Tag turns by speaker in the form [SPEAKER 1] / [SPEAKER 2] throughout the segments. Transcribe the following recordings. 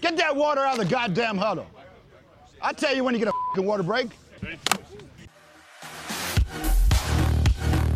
[SPEAKER 1] Get that water out of the goddamn huddle. I tell you when you get a fucking water break.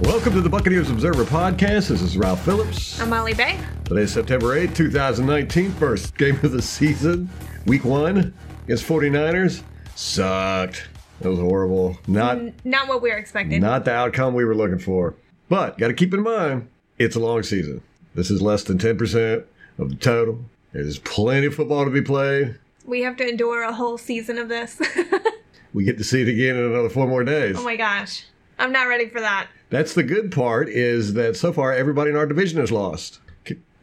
[SPEAKER 2] Welcome to the Buccaneers Observer Podcast. This is Ralph Phillips.
[SPEAKER 3] I'm Molly Bay.
[SPEAKER 2] Today's September 8, 2019, first game of the season, week one against 49ers. Sucked. That was horrible. Not
[SPEAKER 3] Not what we were expecting.
[SPEAKER 2] not the outcome we were looking for. But got to keep in mind, it's a long season. This is less than 10% of the total. There's plenty of football to be played.
[SPEAKER 3] we have to endure a whole season of this.
[SPEAKER 2] We get to see it again in another four more days.
[SPEAKER 3] oh my gosh. I'm not ready for that.
[SPEAKER 2] That's the good part is that so far everybody in our division has lost.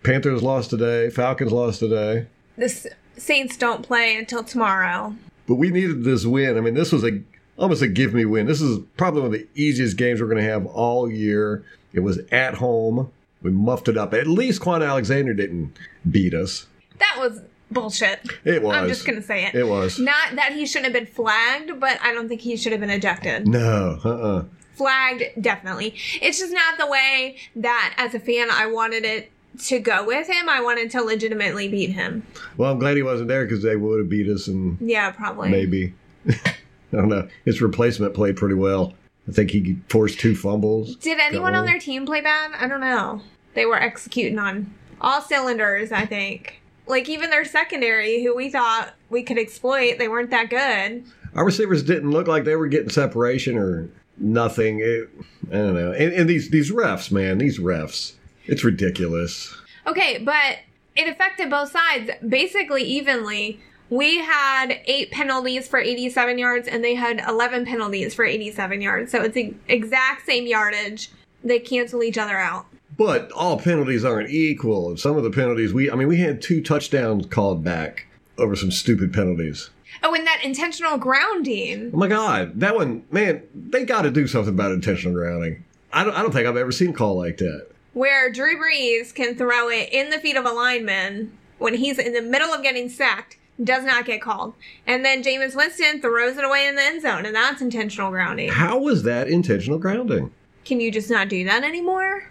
[SPEAKER 2] Panthers lost today, Falcons lost today.
[SPEAKER 3] The S- Saints don't play until tomorrow.
[SPEAKER 2] But we needed this win. I mean, this was a almost a give me win. This is probably one of the easiest games we're going to have all year. It was at home. We muffed it up. At least Quan Alexander didn't beat us.
[SPEAKER 3] That was bullshit.
[SPEAKER 2] It was.
[SPEAKER 3] I'm just going to say it.
[SPEAKER 2] It was.
[SPEAKER 3] Not that he shouldn't have been flagged, but I don't think he should have been ejected.
[SPEAKER 2] No, uh, uh
[SPEAKER 3] Flagged, definitely. It's just not the way that, as a fan, I wanted it to go with him. I wanted to legitimately beat him.
[SPEAKER 2] Well, I'm glad he wasn't there because they would have beat us, and
[SPEAKER 3] Yeah, probably.
[SPEAKER 2] maybe I don't know. His replacement played pretty well. I think he forced two fumbles.
[SPEAKER 3] Did anyone
[SPEAKER 2] Go.
[SPEAKER 3] on their team play bad? I don't know. They were executing on all cylinders, I think. Like even their secondary, who we thought we could exploit, they weren't that good.
[SPEAKER 2] Our receivers didn't look like they were getting separation or nothing. It, I don't know. And, and these these refs, man, these refs. It's ridiculous.
[SPEAKER 3] Okay, but it affected both sides basically evenly. We had eight penalties for 87 yards, and they had 11 penalties for 87 yards. So it's the exact same yardage. They cancel each other out.
[SPEAKER 2] But all penalties aren't equal. And Some of the penalties we, I mean, we had two touchdowns called back over some stupid penalties.
[SPEAKER 3] Oh, and that intentional grounding.
[SPEAKER 2] Oh my God, that one, man, they got to do something about intentional grounding. I don't, I don't think I've ever seen a call like that.
[SPEAKER 3] where Drew Brees can throw it in the feet of a lineman when he's in the middle of getting sacked, does not get called. And then Jameis Winston throws it away in the end zone, and that's intentional grounding.
[SPEAKER 2] How was that intentional grounding?
[SPEAKER 3] Can you just not do that anymore?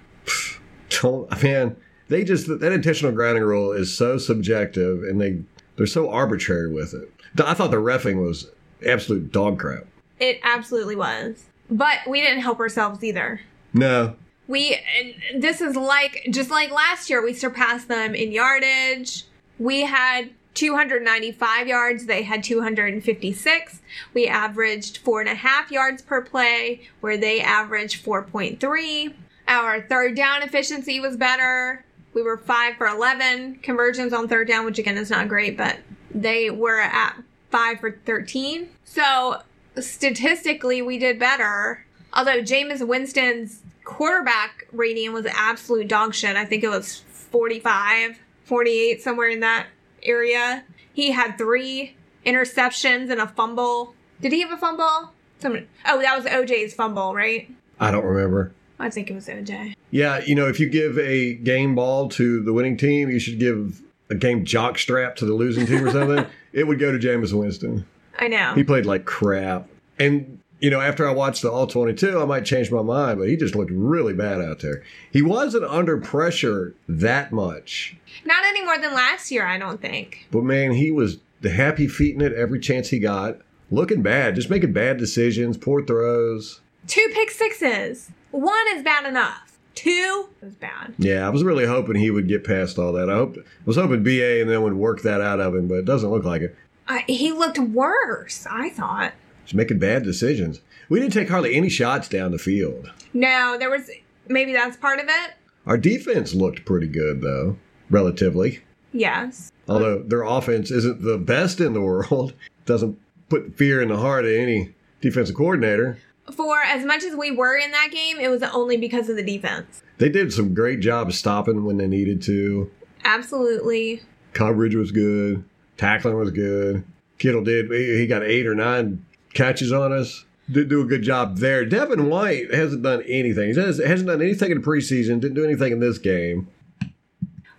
[SPEAKER 2] Don't, man, they just that intentional grounding rule is so subjective, and they they're so arbitrary with it. I thought the refing was absolute dog crap.
[SPEAKER 3] It absolutely was. But we didn't help ourselves either.
[SPEAKER 2] No,
[SPEAKER 3] We, and this is like, just like last year, we surpassed them in yardage. We had 295 yards, they had 256. We averaged four and a half yards per play, where they averaged 4.3. Our third down efficiency was better. We were five for 11 conversions on third down, which again is not great, but they were at five for 13. So statistically, we did better. Although Jameis Winston's quarterback rating was absolute dog shit. I think it was 45, 48, somewhere in that area. He had three interceptions and a fumble. Did he have a fumble? Someone, oh, that was OJ's fumble, right?
[SPEAKER 2] I don't remember.
[SPEAKER 3] I think it was OJ.
[SPEAKER 2] Yeah, you know, if you give a game ball to the winning team, you should give a game jock strap to the losing team or something. it would go to Jameis Winston.
[SPEAKER 3] I know.
[SPEAKER 2] He played like crap. And, you know, after I watched the All 22, I might change my mind, but he just looked really bad out there. He wasn't under pressure that much,
[SPEAKER 3] Not any more than last year, I don't think.
[SPEAKER 2] but man, he was the happy feeting it every chance he got, looking bad, just making bad decisions, poor throws.
[SPEAKER 3] Two pick sixes. One is bad enough. Two is bad.
[SPEAKER 2] Yeah, I was really hoping he would get past all that. I hoped I was hoping BA and then would work that out of him, but it doesn't look like it.
[SPEAKER 3] Uh, he looked worse, I thought.
[SPEAKER 2] Just making bad decisions. We didn't take hardly any shots down the field.
[SPEAKER 3] No, there was maybe that's part of it.
[SPEAKER 2] Our defense looked pretty good though, relatively.
[SPEAKER 3] Yes.
[SPEAKER 2] Although their offense isn't the best in the world, doesn't put fear in the heart of any defensive coordinator.
[SPEAKER 3] For as much as we were in that game, it was only because of the defense.
[SPEAKER 2] They did some great job of stopping when they needed to.
[SPEAKER 3] Absolutely.
[SPEAKER 2] Coverage was good. Tackling was good. Kittle did. He he got eight or nine catches on us. Did do a good job there. Devin White hasn't done anything. He has- hasn't done anything in the preseason. Didn't do anything in this game.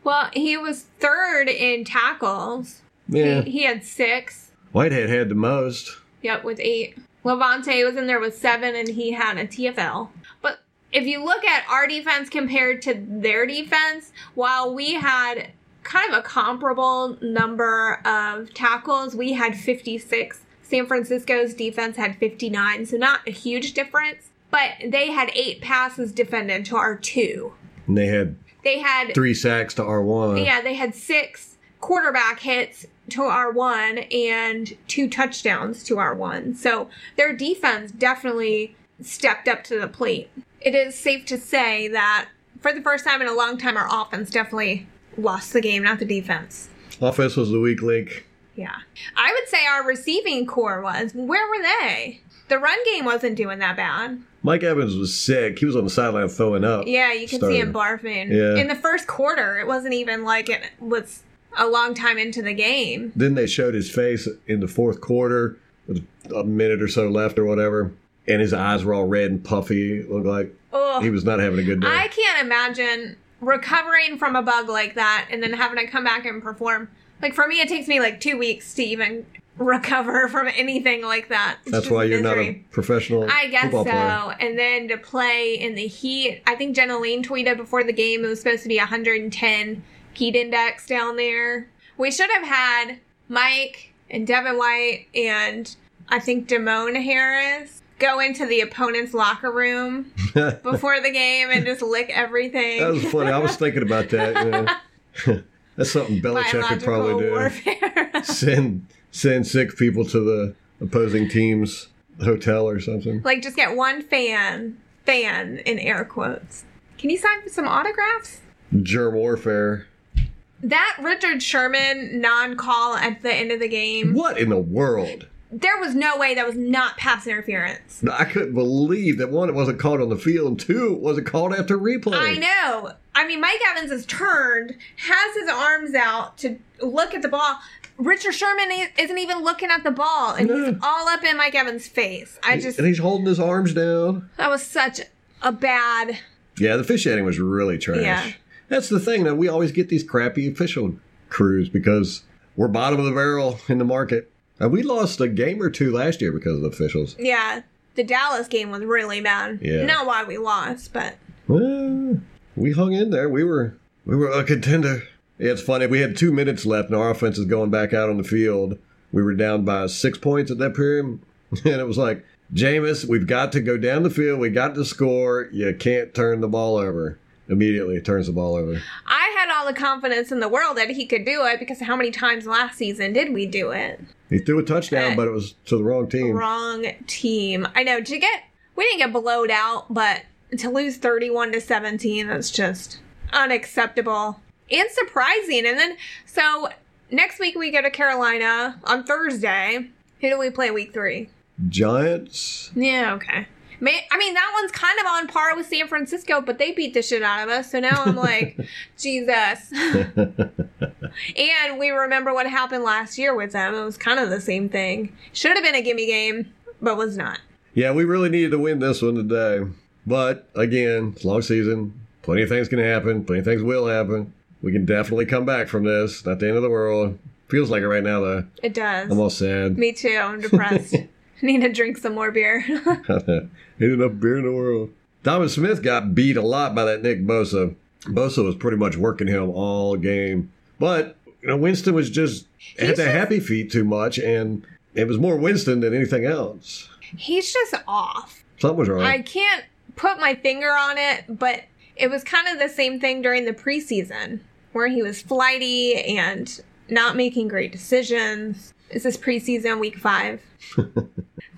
[SPEAKER 3] Well, he was third in tackles.
[SPEAKER 2] Yeah.
[SPEAKER 3] He, he had six.
[SPEAKER 2] Whitehead had the most.
[SPEAKER 3] Yep, with eight. Levante was in there with seven, and he had a TFL. But if you look at our defense compared to their defense, while we had kind of a comparable number of tackles. We had 56. San Francisco's defense had 59, so not a huge difference. But they had eight passes defended to our two.
[SPEAKER 2] And they had
[SPEAKER 3] They had
[SPEAKER 2] three sacks to our one.
[SPEAKER 3] yeah, they had six quarterback hits to our one and two touchdowns to our one. So their defense definitely stepped up to the plate. It is safe to say that for the first time in a long time, our offense definitely lost the game, not the defense.
[SPEAKER 2] Offense was the weak link.
[SPEAKER 3] Yeah. I would say our receiving core was. Where were they? The run game wasn't doing that bad.
[SPEAKER 2] Mike Evans was sick. He was on the sideline throwing up.
[SPEAKER 3] Yeah, you can
[SPEAKER 2] Started.
[SPEAKER 3] see him barfing.
[SPEAKER 2] Yeah.
[SPEAKER 3] In the first quarter, it wasn't even like it was a long time into the game.
[SPEAKER 2] Then they showed his face in the fourth quarter with a minute or so left or whatever. And his eyes were all red and puffy. It looked like
[SPEAKER 3] Ugh.
[SPEAKER 2] he was not having a good day.
[SPEAKER 3] I can't imagine recovering from a bug like that and then having to come back and perform. Like for me, it takes me like two weeks to even recover from anything like that. It's
[SPEAKER 2] That's
[SPEAKER 3] just
[SPEAKER 2] why you're not a
[SPEAKER 3] misery.
[SPEAKER 2] professional
[SPEAKER 3] I guess
[SPEAKER 2] football
[SPEAKER 3] so.
[SPEAKER 2] player.
[SPEAKER 3] And then to play in the heat, I think Jennaline tweeted before the game it was supposed to be 110 heat index down there. We should have had Mike and Devin White and I think Damone Harris go into the opponent's locker room before the game and just lick everything.
[SPEAKER 2] That was funny. I was thinking about that. yeah. That's something Belichick could probably do.
[SPEAKER 3] warfare.
[SPEAKER 2] Send send sick people to the opposing team's hotel or something.
[SPEAKER 3] like just get one fan, fan in air quotes. Can you sign some autographs?
[SPEAKER 2] Germ warfare.
[SPEAKER 3] That Richard Sherman non call at the end of the game,
[SPEAKER 2] What in the world?
[SPEAKER 3] there was no way that was not pass interference.
[SPEAKER 2] I couldn't believe that one, it wasn't called on the field, and two, it wasn't called after replay.
[SPEAKER 3] I know. I mean, Mike Evans is turned, has his arms out to look at the ball. Richard Sherman i- isn't even looking at the ball, and he's
[SPEAKER 2] No.
[SPEAKER 3] all up in Mike Evans' face. I just,
[SPEAKER 2] and he's holding his arms down.
[SPEAKER 3] that was such a bad.
[SPEAKER 2] Yeah, the officiating was really trash.
[SPEAKER 3] Yeah.
[SPEAKER 2] That's the thing that we always get these crappy official crews because we're bottom of the barrel in the market. And we lost a game or two last year because of the officials.
[SPEAKER 3] Yeah. The Dallas game was really bad.
[SPEAKER 2] Yeah.
[SPEAKER 3] Not why we lost, but
[SPEAKER 2] Well, we hung in there. We were we were a contender. Yeah, it's funny. We had two minutes left, and our offense is going back out on the field. We were down by six points at that period, and it was like, Jameis, we've got to go down the field. We got to score. You can't turn the ball over. Immediately turns the ball over.
[SPEAKER 3] I had all the confidence in the world that he could do it because how many times last season did we do it?
[SPEAKER 2] He threw a touchdown, but it was to the wrong team.
[SPEAKER 3] Wrong team. I know. To get we didn't get blowed out, but to lose thirty-one to seventeen, that's just unacceptable and surprising. And then so next week we go to Carolina on Thursday. Who do we play week three?
[SPEAKER 2] Giants.
[SPEAKER 3] Yeah, okay. May- I mean, that one's kind of on par with San Francisco, but they beat the shit out of us. So now I'm like, Jesus. and we remember what happened last year with them. It was kind of the same thing. Should have been a gimme game, but was not.
[SPEAKER 2] Yeah, we really needed to win this one today. But again, it's a long season. Plenty of things can happen. Plenty of things will happen. We can definitely come back from this. Not the end of the world. Feels like it right now, though.
[SPEAKER 3] It does.
[SPEAKER 2] I'm all sad.
[SPEAKER 3] Me too. I'm depressed. Need to drink some more beer.
[SPEAKER 2] Ain't enough beer in the world. Donovan Smith got beat a lot by that Nick Bosa. Bosa was pretty much working him all game. But, you know, Winston was just had that
[SPEAKER 3] just-
[SPEAKER 2] happy feet too much, and it was more Winston than anything else.
[SPEAKER 3] He's just off.
[SPEAKER 2] Something was wrong.
[SPEAKER 3] I can't put my finger on it, but it was kind of the same thing during the preseason where he was flighty and not making great decisions. Is this preseason week five?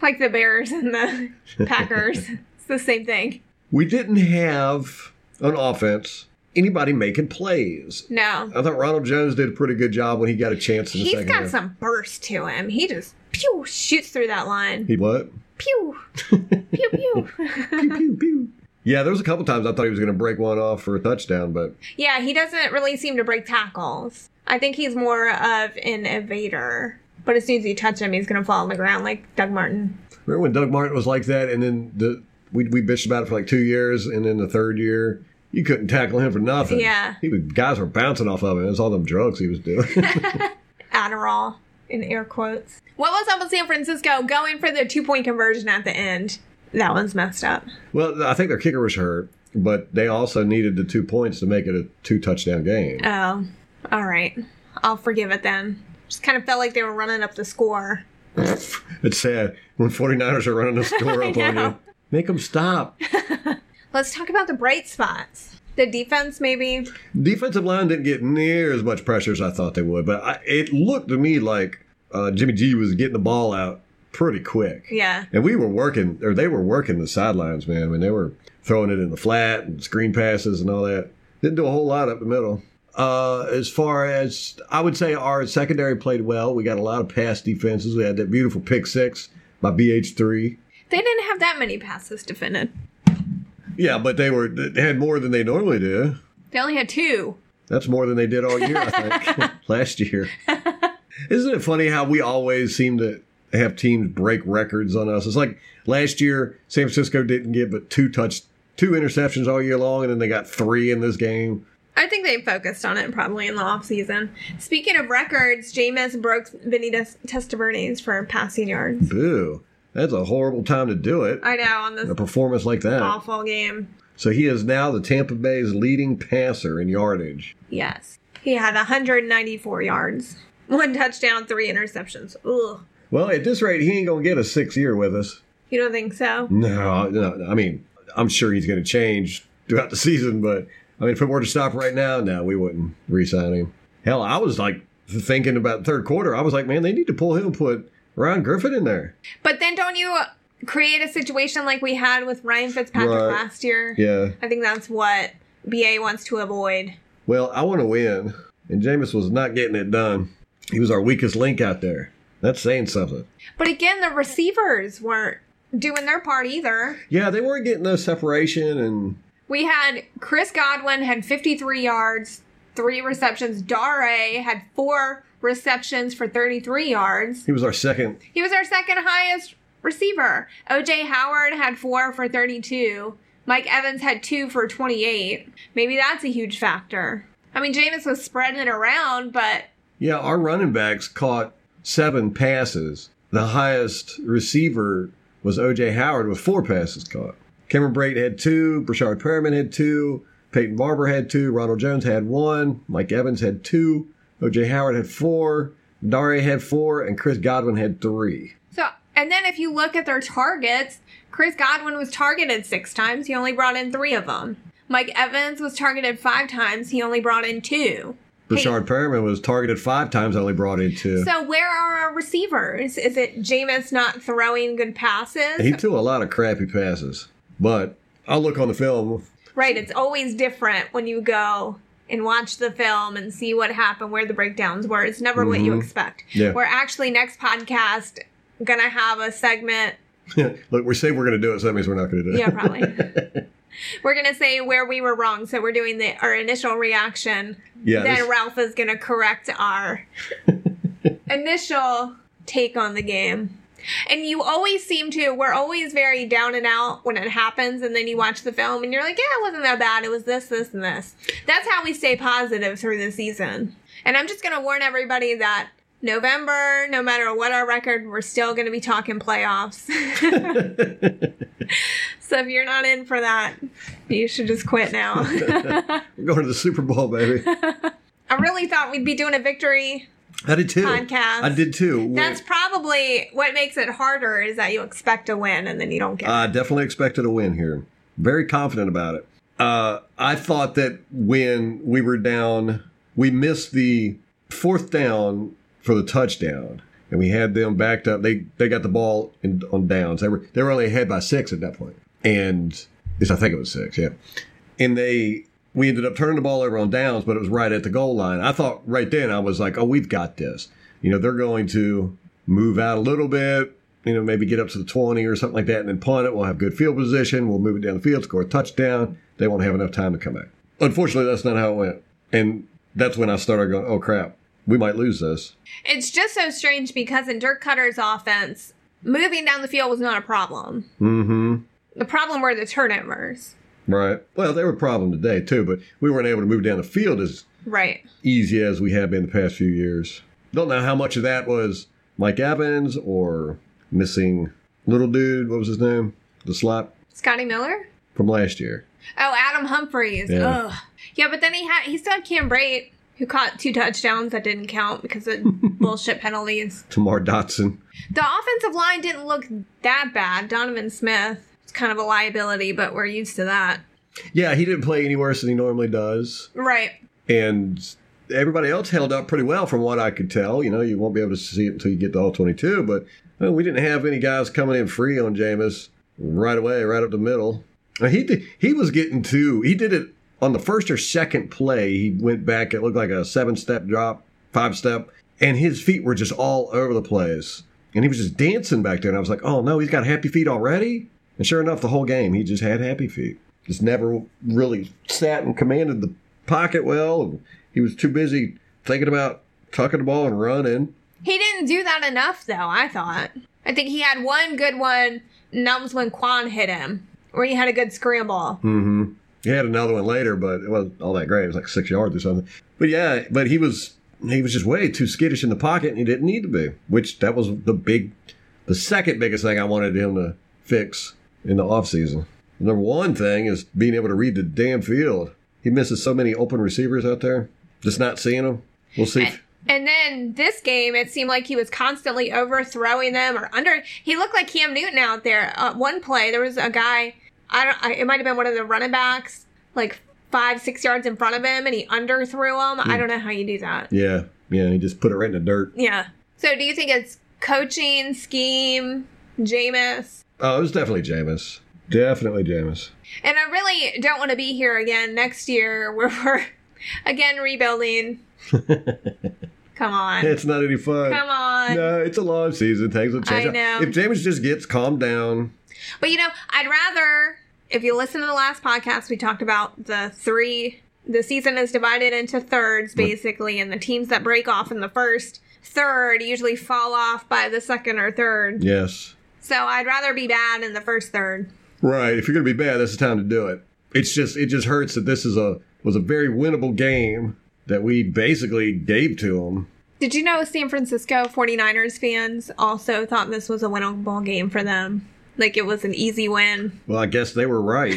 [SPEAKER 3] like the Bears and the Packers. It's the same thing.
[SPEAKER 2] We didn't have on offense anybody making plays.
[SPEAKER 3] No.
[SPEAKER 2] I thought Ronald Jones did a pretty good job when he got a chance in the
[SPEAKER 3] He's
[SPEAKER 2] second
[SPEAKER 3] got
[SPEAKER 2] half.
[SPEAKER 3] some burst to him. He just pew shoots through that line.
[SPEAKER 2] He what?
[SPEAKER 3] Pew. pew pew.
[SPEAKER 2] pew pew pew. Yeah, there was a couple times I thought he was going to break one off for a touchdown, but
[SPEAKER 3] yeah, he doesn't really seem to break tackles. I think he's more of an evader. But as soon as you touch him, he's going to fall on the ground like Doug Martin.
[SPEAKER 2] remember when Doug Martin was like that, and then the we we bitched about it for like two years, and then the third year you couldn't tackle him for nothing.
[SPEAKER 3] Yeah.
[SPEAKER 2] he was, guys were bouncing off of him. It was all them drugs he was doing.
[SPEAKER 3] Adderall, in air quotes. What was up with San Francisco going for the two point conversion at the end? That one's messed up.
[SPEAKER 2] well, I think their kicker was hurt, but they also needed the two points to make it a two touchdown game.
[SPEAKER 3] Oh, All right. I'll forgive it then. Just kind of felt like they were running up the score.
[SPEAKER 2] It's sad when 49ers are running the score up on you.
[SPEAKER 3] know.
[SPEAKER 2] Make them stop.
[SPEAKER 3] Let's talk about the bright spots. The defense, maybe.
[SPEAKER 2] Defensive line didn't get near as much pressure as I thought they would, but I, it looked to me like uh, Jimmy G was getting the ball out pretty quick.
[SPEAKER 3] Yeah.
[SPEAKER 2] And we were working, or they were working the sidelines, man. I mean, they were throwing it in the flat and screen passes and all that. Didn't do a whole lot up the middle. Uh, as far as I would say, our secondary played well. We got a lot of pass defenses. We had that beautiful pick six by BH3.
[SPEAKER 3] They didn't have that many passes defended.
[SPEAKER 2] Yeah, but they were they had more than they normally do.
[SPEAKER 3] They only had two.
[SPEAKER 2] That's more than they did all year, I think, last year. Isn't it funny how we always seem to have teams break records on us? It's like last year, San Francisco didn't get but two touch, two interceptions all year long, and then they got three in this game.
[SPEAKER 3] I think they focused on it probably in the offseason. Speaking of records, Jameis broke Vinny Des- Testaverde's for passing yards.
[SPEAKER 2] Boo! That's a horrible time to do it.
[SPEAKER 3] I know, on this
[SPEAKER 2] A performance like that.
[SPEAKER 3] awful game.
[SPEAKER 2] So he is now the Tampa Bay's leading passer in yardage.
[SPEAKER 3] Yes. He had 194 yards, one touchdown, three interceptions. Ugh.
[SPEAKER 2] Well, at this rate, he ain't gonna get a six year with us.
[SPEAKER 3] You don't think so?
[SPEAKER 2] No, no. I mean, I'm sure he's going to change throughout the season, but I mean, if it were to stop right now, no, we wouldn't re-sign him. Hell, I was like thinking about third quarter. I was like, man, they need to pull him, and put Ryan Griffin in there.
[SPEAKER 3] But then don't you create a situation like we had with Ryan Fitzpatrick
[SPEAKER 2] Right.
[SPEAKER 3] last year?
[SPEAKER 2] Yeah.
[SPEAKER 3] I think that's what BA wants to avoid.
[SPEAKER 2] Well, I want to win, and Jameis was not getting it done. He was our weakest link out there. That's saying something.
[SPEAKER 3] But again, the receivers weren't doing their part either.
[SPEAKER 2] Yeah, they weren't getting no separation, and
[SPEAKER 3] We had Chris Godwin had 53 yards, three receptions. Dare had four receptions for 33 yards.
[SPEAKER 2] he was our second.
[SPEAKER 3] He was our second highest receiver. OJ Howard had four for 32. Mike Evans had two for 28. Maybe that's a huge factor. I mean, Jameis was spreading it around, but
[SPEAKER 2] Yeah, our running backs caught seven passes. The highest receiver was OJ Howard with four passes caught. Cameron Brate had two, Brashard Perriman had two, Peyton Barber had two, Ronald Jones had one, Mike Evans had two, OJ Howard had four, Dare had four, and Chris Godwin had three.
[SPEAKER 3] So, and then if you look at their targets, Chris Godwin was targeted six times. He only brought in three of them. Mike Evans was targeted five times. He only brought in two.
[SPEAKER 2] Brashard Perriman was targeted five times, only brought in two.
[SPEAKER 3] So, where are our receivers? Is it Jameis not throwing good passes?
[SPEAKER 2] he threw a lot of crappy passes, but I'll look on the film.
[SPEAKER 3] right. It's always different when you go and watch the film and see what happened, where the breakdowns were. It's never what you expect.
[SPEAKER 2] Mm-hmm. Yeah.
[SPEAKER 3] We're actually next podcast going to have a segment
[SPEAKER 2] look, we say we're going to do it, so that means we're not going to do it.
[SPEAKER 3] Yeah, probably. we're gonna say where we were wrong, so we're doing the our initial reaction.
[SPEAKER 2] Yeah,
[SPEAKER 3] then
[SPEAKER 2] this-
[SPEAKER 3] Ralph is gonna correct our initial take on the game. And you always seem to we're always very down and out when it happens, and then you watch the film and you're like, yeah, it wasn't that bad. It was this, this, and this. That's how we stay positive through the season. And I'm just gonna warn everybody that. November, no matter what our record, we're still going to be talking playoffs. So if you're not in for that, you should just quit now.
[SPEAKER 2] We're going to the Super Bowl, baby.
[SPEAKER 3] I really thought we'd be doing a victory.
[SPEAKER 2] I did too.
[SPEAKER 3] Podcast.
[SPEAKER 2] I did too.
[SPEAKER 3] That's probably what makes it harder is that you expect a win and then you don't get. it.
[SPEAKER 2] I definitely expected a win here. Very confident about it. Uh, I thought that when we were down, we missed the fourth down for the touchdown, and we had them backed up. They they got the ball in, on downs. They were they were only ahead by six at that point, and yes, I think it was six. Yeah, and they we ended up turning the ball over on downs, but it was right at the goal line. I thought right then I was like, oh, we've got this. You know, they're going to move out a little bit. You know, maybe get up to the twenty or something like that, and then punt it. We'll have good field position. We'll move it down the field, score a touchdown. They won't have enough time to come back. Unfortunately, that's not how it went, and that's when I started going, oh crap, we might lose this.
[SPEAKER 3] It's just so strange because in Dirk Cutter's offense, moving down the field was not a problem.
[SPEAKER 2] Mm-hmm.
[SPEAKER 3] The problem were the turnovers.
[SPEAKER 2] Right. Well, they were a problem today too, but we weren't able to move down the field as
[SPEAKER 3] Right.
[SPEAKER 2] easy as we have been the past few years. Don't know how much of that was Mike Evans or missing little dude. What was his name? The slot
[SPEAKER 3] Scotty Miller?
[SPEAKER 2] from last year.
[SPEAKER 3] Oh, Adam Humphreys.
[SPEAKER 2] Yeah.
[SPEAKER 3] Ugh. Yeah, but then he had he still had Cam Brate who caught two touchdowns that didn't count because of bullshit penalties.
[SPEAKER 2] Tamar Dotson.
[SPEAKER 3] The offensive line didn't look that bad. Donovan Smith is kind of a liability, but we're used to that.
[SPEAKER 2] Yeah, he didn't play any worse than he normally does.
[SPEAKER 3] Right.
[SPEAKER 2] And everybody else held up pretty well from what I could tell. You know, you won't be able to see it until you get to all 22, but well, we didn't have any guys coming in free on Jameis right away, right up the middle. And he did, he was getting two. He did it on the first or second play. He went back. It looked like a seven step drop, five step, and his feet were just all over the place. And he was just dancing back there. And I was like, oh no, he's got happy feet already. And sure enough, the whole game he just had happy feet. Just never really sat and commanded the pocket well. And he was too busy thinking about tucking the ball and running.
[SPEAKER 3] He didn't do that enough, though, I thought. I think he had one good one, and that was when Quan hit him, where he had a good scramble.
[SPEAKER 2] Mm-hmm. He had another one later, but it wasn't all that great. It was like six yards or something. But yeah, but he was he was just way too skittish in the pocket, and he didn't need to be. Which that was the big, the second biggest thing I wanted him to fix in the offseason. The number one thing is being able to read the damn field. He misses so many open receivers out there. Just not seeing them. We'll see. if-
[SPEAKER 3] And then this game, it seemed like he was constantly overthrowing them or under. He looked like Cam Newton out there. Uh, one play, there was a guy. I don't. I, it might have been one of the running backs, like five, six yards in front of him, and he underthrew him. I don't know how you do that.
[SPEAKER 2] yeah, yeah. He just put it right in the dirt.
[SPEAKER 3] Yeah. So, do you think it's coaching scheme, Jameis?
[SPEAKER 2] Oh, it was definitely Jameis. Definitely Jameis.
[SPEAKER 3] And I really don't want to be here again next year, where we're again rebuilding. Come on.
[SPEAKER 2] It's not any fun.
[SPEAKER 3] Come on.
[SPEAKER 2] No, it's a long season. Things will change.
[SPEAKER 3] I know.
[SPEAKER 2] If Jameis just gets calmed down,
[SPEAKER 3] But you know, I'd rather if you listen to the last podcast, we talked about the three. The season is divided into thirds, basically, and the teams that break off in the first third usually fall off by the second or third.
[SPEAKER 2] yes.
[SPEAKER 3] So I'd rather be bad in the first third.
[SPEAKER 2] Right. If you're going to be bad, that's the time to do it. It's just it just hurts that this is a was a very winnable game that we basically gave to them.
[SPEAKER 3] Did you know San Francisco 49ers fans also thought this was a winnable game for them? Like it was an easy win.
[SPEAKER 2] Well, I guess they were right.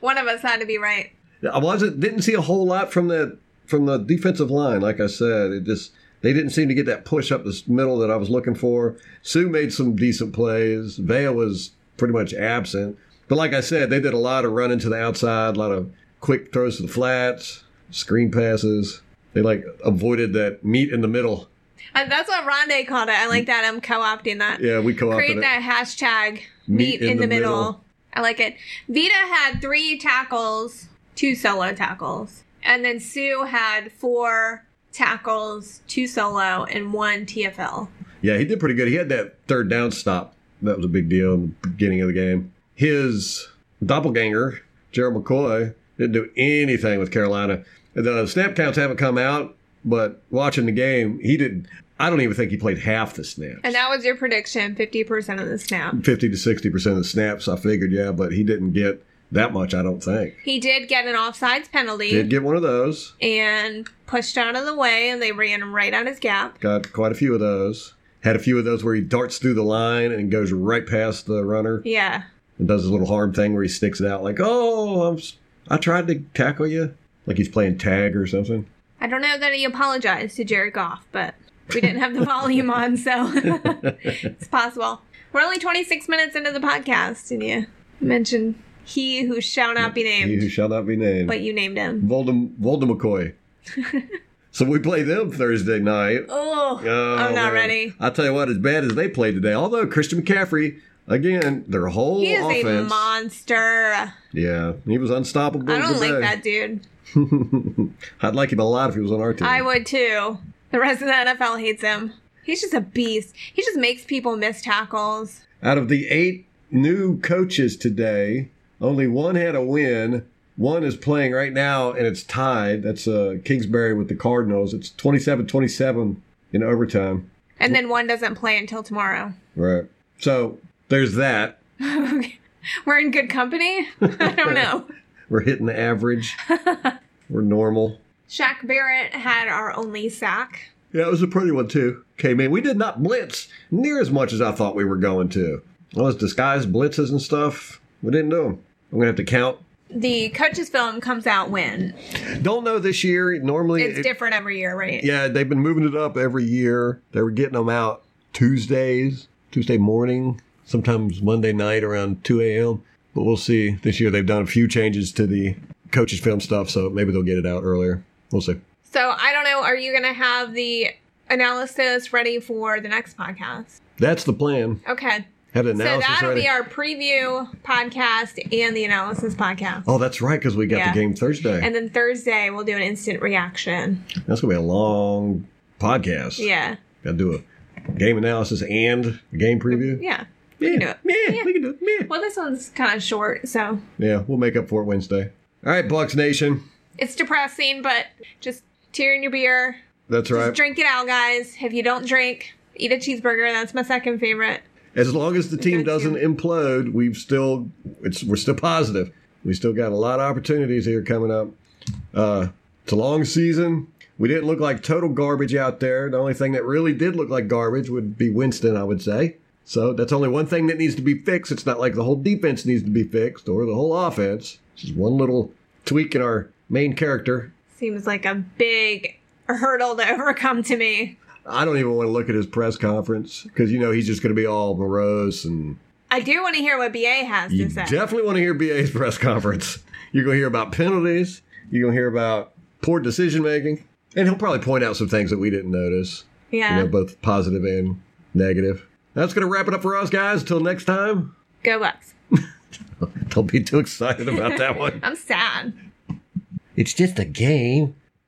[SPEAKER 3] One of us had to be right.
[SPEAKER 2] I wasn't didn't see a whole lot from the from the defensive line. Like I said, it just they didn't seem to get that push up the s- middle that I was looking for. Sue made some decent plays. Vea was pretty much absent. But like I said, they did a lot of running to the outside, a lot of quick throws to the flats, screen passes. They like avoided that meat in the middle.
[SPEAKER 3] And that's what Rondé called it. I like that. I'm co opting that.
[SPEAKER 2] Yeah, we co-opted
[SPEAKER 3] create
[SPEAKER 2] it.
[SPEAKER 3] that hashtag meet in, the, middle. I like it. Vita had three tackles, two solo tackles, and then Sue had four tackles, two solo, and one TFL.
[SPEAKER 2] Yeah, he did pretty good. He had that third down stop. That was a big deal in the beginning of the game. His doppelganger, Gerald McCoy, didn't do anything with Carolina. The snap counts haven't come out, but watching the game, he didn't. I don't even think he played half the snaps.
[SPEAKER 3] And that was your prediction: fifty percent of the snap.
[SPEAKER 2] 50 to 60% of the snaps, I figured, yeah, but he didn't get that much, I don't think.
[SPEAKER 3] He did get an offsides penalty
[SPEAKER 2] Did get one of those,
[SPEAKER 3] and pushed out of the way, and they ran him right on his gap.
[SPEAKER 2] got quite a few of those. Had a few of those where he darts through the line and goes right past the runner.
[SPEAKER 3] Yeah,
[SPEAKER 2] and does his little harm thing where he sticks it out like, "Oh, I'm, s- I tried to tackle you," like he's playing tag or something.
[SPEAKER 3] I don't know that he apologized to Jared Goff, but we didn't have the volume on, so it's possible. We're only 26 minutes into the podcast, and you mentioned he who shall not be
[SPEAKER 2] He who
[SPEAKER 3] named,
[SPEAKER 2] shall not be named.
[SPEAKER 3] but you named him.
[SPEAKER 2] Voldem Voldem McCoy. so we play them Thursday night.
[SPEAKER 3] Oh,
[SPEAKER 2] Oh,
[SPEAKER 3] I'm not
[SPEAKER 2] man.
[SPEAKER 3] ready.
[SPEAKER 2] I tell you what, as bad as they played today, although Christian McCaffrey, again, their whole
[SPEAKER 3] He is a
[SPEAKER 2] offense.
[SPEAKER 3] monster.
[SPEAKER 2] yeah, he was unstoppable.
[SPEAKER 3] I don't
[SPEAKER 2] today.
[SPEAKER 3] like that dude.
[SPEAKER 2] I'd like him a lot if he was on our team.
[SPEAKER 3] I would too. The rest of the NFL hates him. He's just a beast. He just makes people miss tackles.
[SPEAKER 2] Out of the eight new coaches today, only one had a win. One is playing right now, and it's tied. That's uh, Kingsbury with the Cardinals. It's 27-27 in overtime.
[SPEAKER 3] And then one doesn't play until tomorrow.
[SPEAKER 2] Right. So there's that.
[SPEAKER 3] We're in good company? I don't know.
[SPEAKER 2] We're hitting the average. We're normal.
[SPEAKER 3] Shaq Barrett had our only sack.
[SPEAKER 2] Yeah, it was a pretty one too. Came in. We did not blitz near as much as I thought we were going to. All those disguised blitzes and stuff, we didn't do them. I'm gonna have to count
[SPEAKER 3] the coaches film comes out when
[SPEAKER 2] Don't know this year. Normally,
[SPEAKER 3] it's
[SPEAKER 2] it-
[SPEAKER 3] different every year, right?
[SPEAKER 2] yeah, they've been moving it up every year. They were getting them out Tuesdays, Tuesday morning, sometimes Monday night around 2 a.m. But we'll see. This year, they've done a few changes to the coaches' film stuff, so maybe they'll get it out earlier. We'll see.
[SPEAKER 3] So I don't know. Are you going to have the analysis ready for the next podcast?
[SPEAKER 2] That's the plan.
[SPEAKER 3] Okay.
[SPEAKER 2] Had an
[SPEAKER 3] So
[SPEAKER 2] analysis
[SPEAKER 3] that'll
[SPEAKER 2] ready.
[SPEAKER 3] be our preview podcast and the analysis podcast.
[SPEAKER 2] oh, that's right, because we got
[SPEAKER 3] Yeah.
[SPEAKER 2] the game Thursday.
[SPEAKER 3] And then Thursday, we'll do an instant reaction.
[SPEAKER 2] that's going to be a long podcast.
[SPEAKER 3] Yeah.
[SPEAKER 2] Got to do a game analysis and a game preview.
[SPEAKER 3] Yeah.
[SPEAKER 2] We
[SPEAKER 3] can do it. Yeah.
[SPEAKER 2] we can do it. Yeah.
[SPEAKER 3] Well, this one's kind of short, so
[SPEAKER 2] Yeah, we'll make up for it Wednesday. All right, Bucks Nation.
[SPEAKER 3] it's depressing, but just tear in your beer.
[SPEAKER 2] That's
[SPEAKER 3] Just
[SPEAKER 2] right.
[SPEAKER 3] drink it out, guys. If you don't drink, eat a cheeseburger. That's my second favorite.
[SPEAKER 2] As long as the team
[SPEAKER 3] Got
[SPEAKER 2] doesn't implode, we've still it's we're still positive. We still got a lot of opportunities here coming up. Uh, it's a long season. We didn't look like total garbage out there. The only thing that really did look like garbage would be Winston, I would say. So that's only one thing that needs to be fixed. It's not like the whole defense needs to be fixed or the whole offense. It's just one little tweak in our main character.
[SPEAKER 3] Seems like a big hurdle to overcome to me.
[SPEAKER 2] I don't even want to look at his press conference because you know he's just going to be all morose and
[SPEAKER 3] I do want to hear what BA has
[SPEAKER 2] You
[SPEAKER 3] to say.
[SPEAKER 2] definitely want to hear BA's press conference. You're going to hear about penalties. You're going to hear about poor decision making. And he'll probably point out some things that we didn't notice, you
[SPEAKER 3] yeah.
[SPEAKER 2] know, both positive and negative. That's going to wrap it up for us, guys. Until next time,
[SPEAKER 3] Go Bucks.
[SPEAKER 2] don't be too excited about that one.
[SPEAKER 3] I'm sad.
[SPEAKER 2] It's just a game.